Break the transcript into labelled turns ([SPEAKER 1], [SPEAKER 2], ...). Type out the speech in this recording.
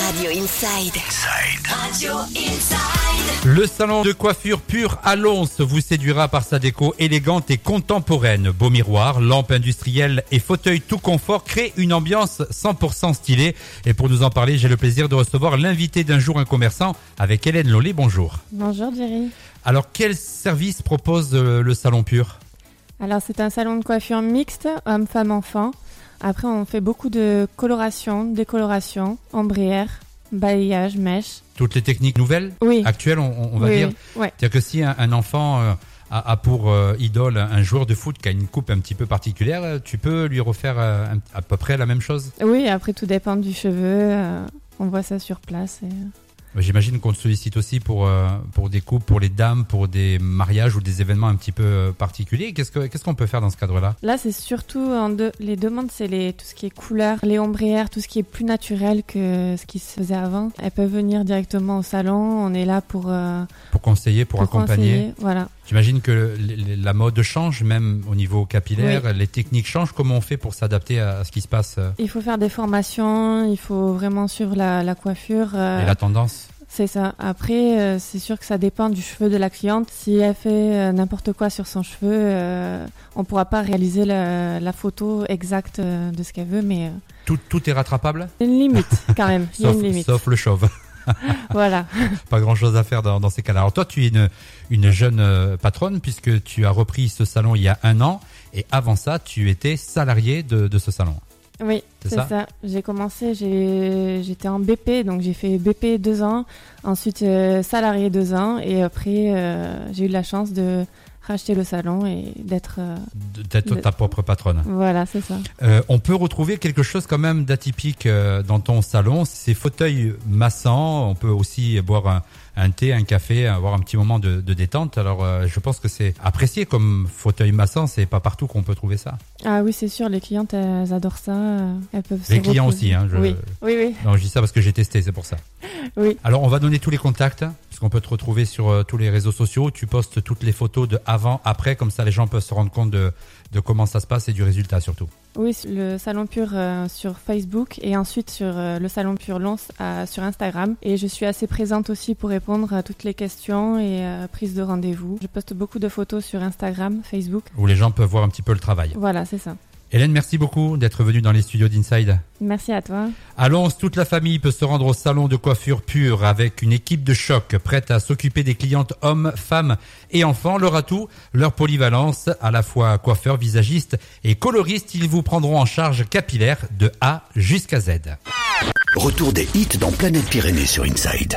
[SPEAKER 1] Inside. Radio Inside.
[SPEAKER 2] Le salon de coiffure pure à Lons vous séduira par sa déco élégante et contemporaine. Beau miroir, lampes industrielles et fauteuils tout confort créent une ambiance 100% stylée. Et pour nous en parler, j'ai le plaisir de recevoir l'invité d'un jour un commerçant avec Hélène Lollet. Bonjour.
[SPEAKER 3] Bonjour Jerry.
[SPEAKER 2] Alors, quel service propose euh, le salon pur
[SPEAKER 3] Alors c'est un salon de coiffure mixte, homme, femme, enfant. Après on fait beaucoup de coloration, décoloration, ombrière, balayage, mèche.
[SPEAKER 2] Toutes les techniques nouvelles
[SPEAKER 3] Oui.
[SPEAKER 2] actuelles, Ah, on, on va
[SPEAKER 3] oui,
[SPEAKER 2] dire.
[SPEAKER 3] oui. Ouais.
[SPEAKER 2] C'est-à-dire que si un, un enfant euh, a, a pour euh, idole un joueur de foot qui a une coupe un petit peu particulière, euh, tu peux lui refaire euh, un- à peu près la même chose
[SPEAKER 3] Oui, après tout dépend du cheveu. euh, on voit ça sur place. et, euh,
[SPEAKER 2] J'imagine qu'on te sollicite aussi pour, euh, pour des coupes, pour les dames, pour des mariages ou des événements un petit peu euh, particuliers. Qu'est-ce que- qu'est-ce qu'on peut faire dans ce cadre-là
[SPEAKER 3] Là, c'est surtout en deux- les demandes, c'est les, tout ce qui est couleur, les ombrières, tout ce qui est plus naturel que ce qui se faisait avant. Elles peuvent venir directement au salon. On est là pour, euh,
[SPEAKER 2] Pour conseiller, pour, accompagner
[SPEAKER 3] conseiller, Voilà.
[SPEAKER 2] J'imagine que le- le- la mode change, même au niveau capillaire, les techniques changent. Comment on fait pour s'adapter à, à ce qui se passe euh,
[SPEAKER 3] Il faut faire des formations. Il faut vraiment suivre la, la coiffure. euh,
[SPEAKER 2] et la tendance
[SPEAKER 3] C'est ça. Après, euh, c'est sûr que ça dépend du cheveu de la cliente. Si elle fait euh, n'importe quoi sur son cheveu, euh, on pourra pas réaliser la, la photo exacte euh, de ce qu'elle veut, mais euh,
[SPEAKER 2] tout, tout est rattrapable
[SPEAKER 3] il y a une limite quand même. Il y a
[SPEAKER 2] sauf,
[SPEAKER 3] une limite.
[SPEAKER 2] sauf le chauve.
[SPEAKER 3] Voilà.
[SPEAKER 2] pas grand chose à faire dans, dans ces cas-là. Alors toi, tu es une, une jeune euh, patronne puisque tu as repris ce salon il y a un an et avant ça, tu étais salariée de, de ce salon.
[SPEAKER 3] Oui,
[SPEAKER 2] C'est
[SPEAKER 3] c'est
[SPEAKER 2] ça
[SPEAKER 3] ça. J'ai commencé, j'ai- j'étais en BP, donc j'ai fait BP deux ans, ensuite euh, salarié deux ans, et après euh, j'ai eu la chance de racheter le salon et d'être. euh,
[SPEAKER 2] De- D'être
[SPEAKER 3] Le-
[SPEAKER 2] ta propre patronne.
[SPEAKER 3] voilà, c'est ça.
[SPEAKER 2] Euh, on peut retrouver quelque chose quand même d'atypique euh, dans ton salon. Ces fauteuils massants, on peut aussi boire un, un thé, un café, avoir un petit moment de, de détente. Alors euh, je pense que c'est apprécié comme fauteuil massant. C'est pas partout qu'on peut trouver ça.
[SPEAKER 3] Ah oui, c'est sûr, les clientes elles adorent ça. euh, Elles peuvent se
[SPEAKER 2] Les clients
[SPEAKER 3] reposer.
[SPEAKER 2] aussi. Hein, je-
[SPEAKER 3] Oui, oui, oui.
[SPEAKER 2] Non, je dis ça parce que j'ai testé, c'est pour ça.
[SPEAKER 3] Oui.
[SPEAKER 2] Alors, on va donner tous les contacts, puisqu'on peut te retrouver sur euh, tous les réseaux sociaux. Tu postes toutes les photos de avant, après, comme ça les gens peuvent se rendre compte de, de comment ça se passe et du résultat surtout.
[SPEAKER 3] Oui, sur le Salon Pur euh, sur Facebook et ensuite sur euh, le Salon Pur Lons à- sur Instagram. Et je suis assez présente aussi pour répondre à toutes les questions et euh, prises de rendez-vous. Je poste beaucoup de photos sur Instagram, Facebook.
[SPEAKER 2] Où les gens peuvent voir un petit peu le travail.
[SPEAKER 3] Voilà, c'est ça.
[SPEAKER 2] Hélène, merci beaucoup d'être venue dans les studios d'Inside.
[SPEAKER 3] Merci à toi.
[SPEAKER 2] À Lons, toute la famille peut se rendre au salon de coiffure pure avec une équipe de choc prête à s'occuper des clientes hommes, femmes et enfants. Leur atout, leur polyvalence, à la fois coiffeurs, visagistes et coloristes, ils vous prendront en charge capillaire de A jusqu'à Z.
[SPEAKER 4] Retour des hits dans Planète Pyrénées sur Inside.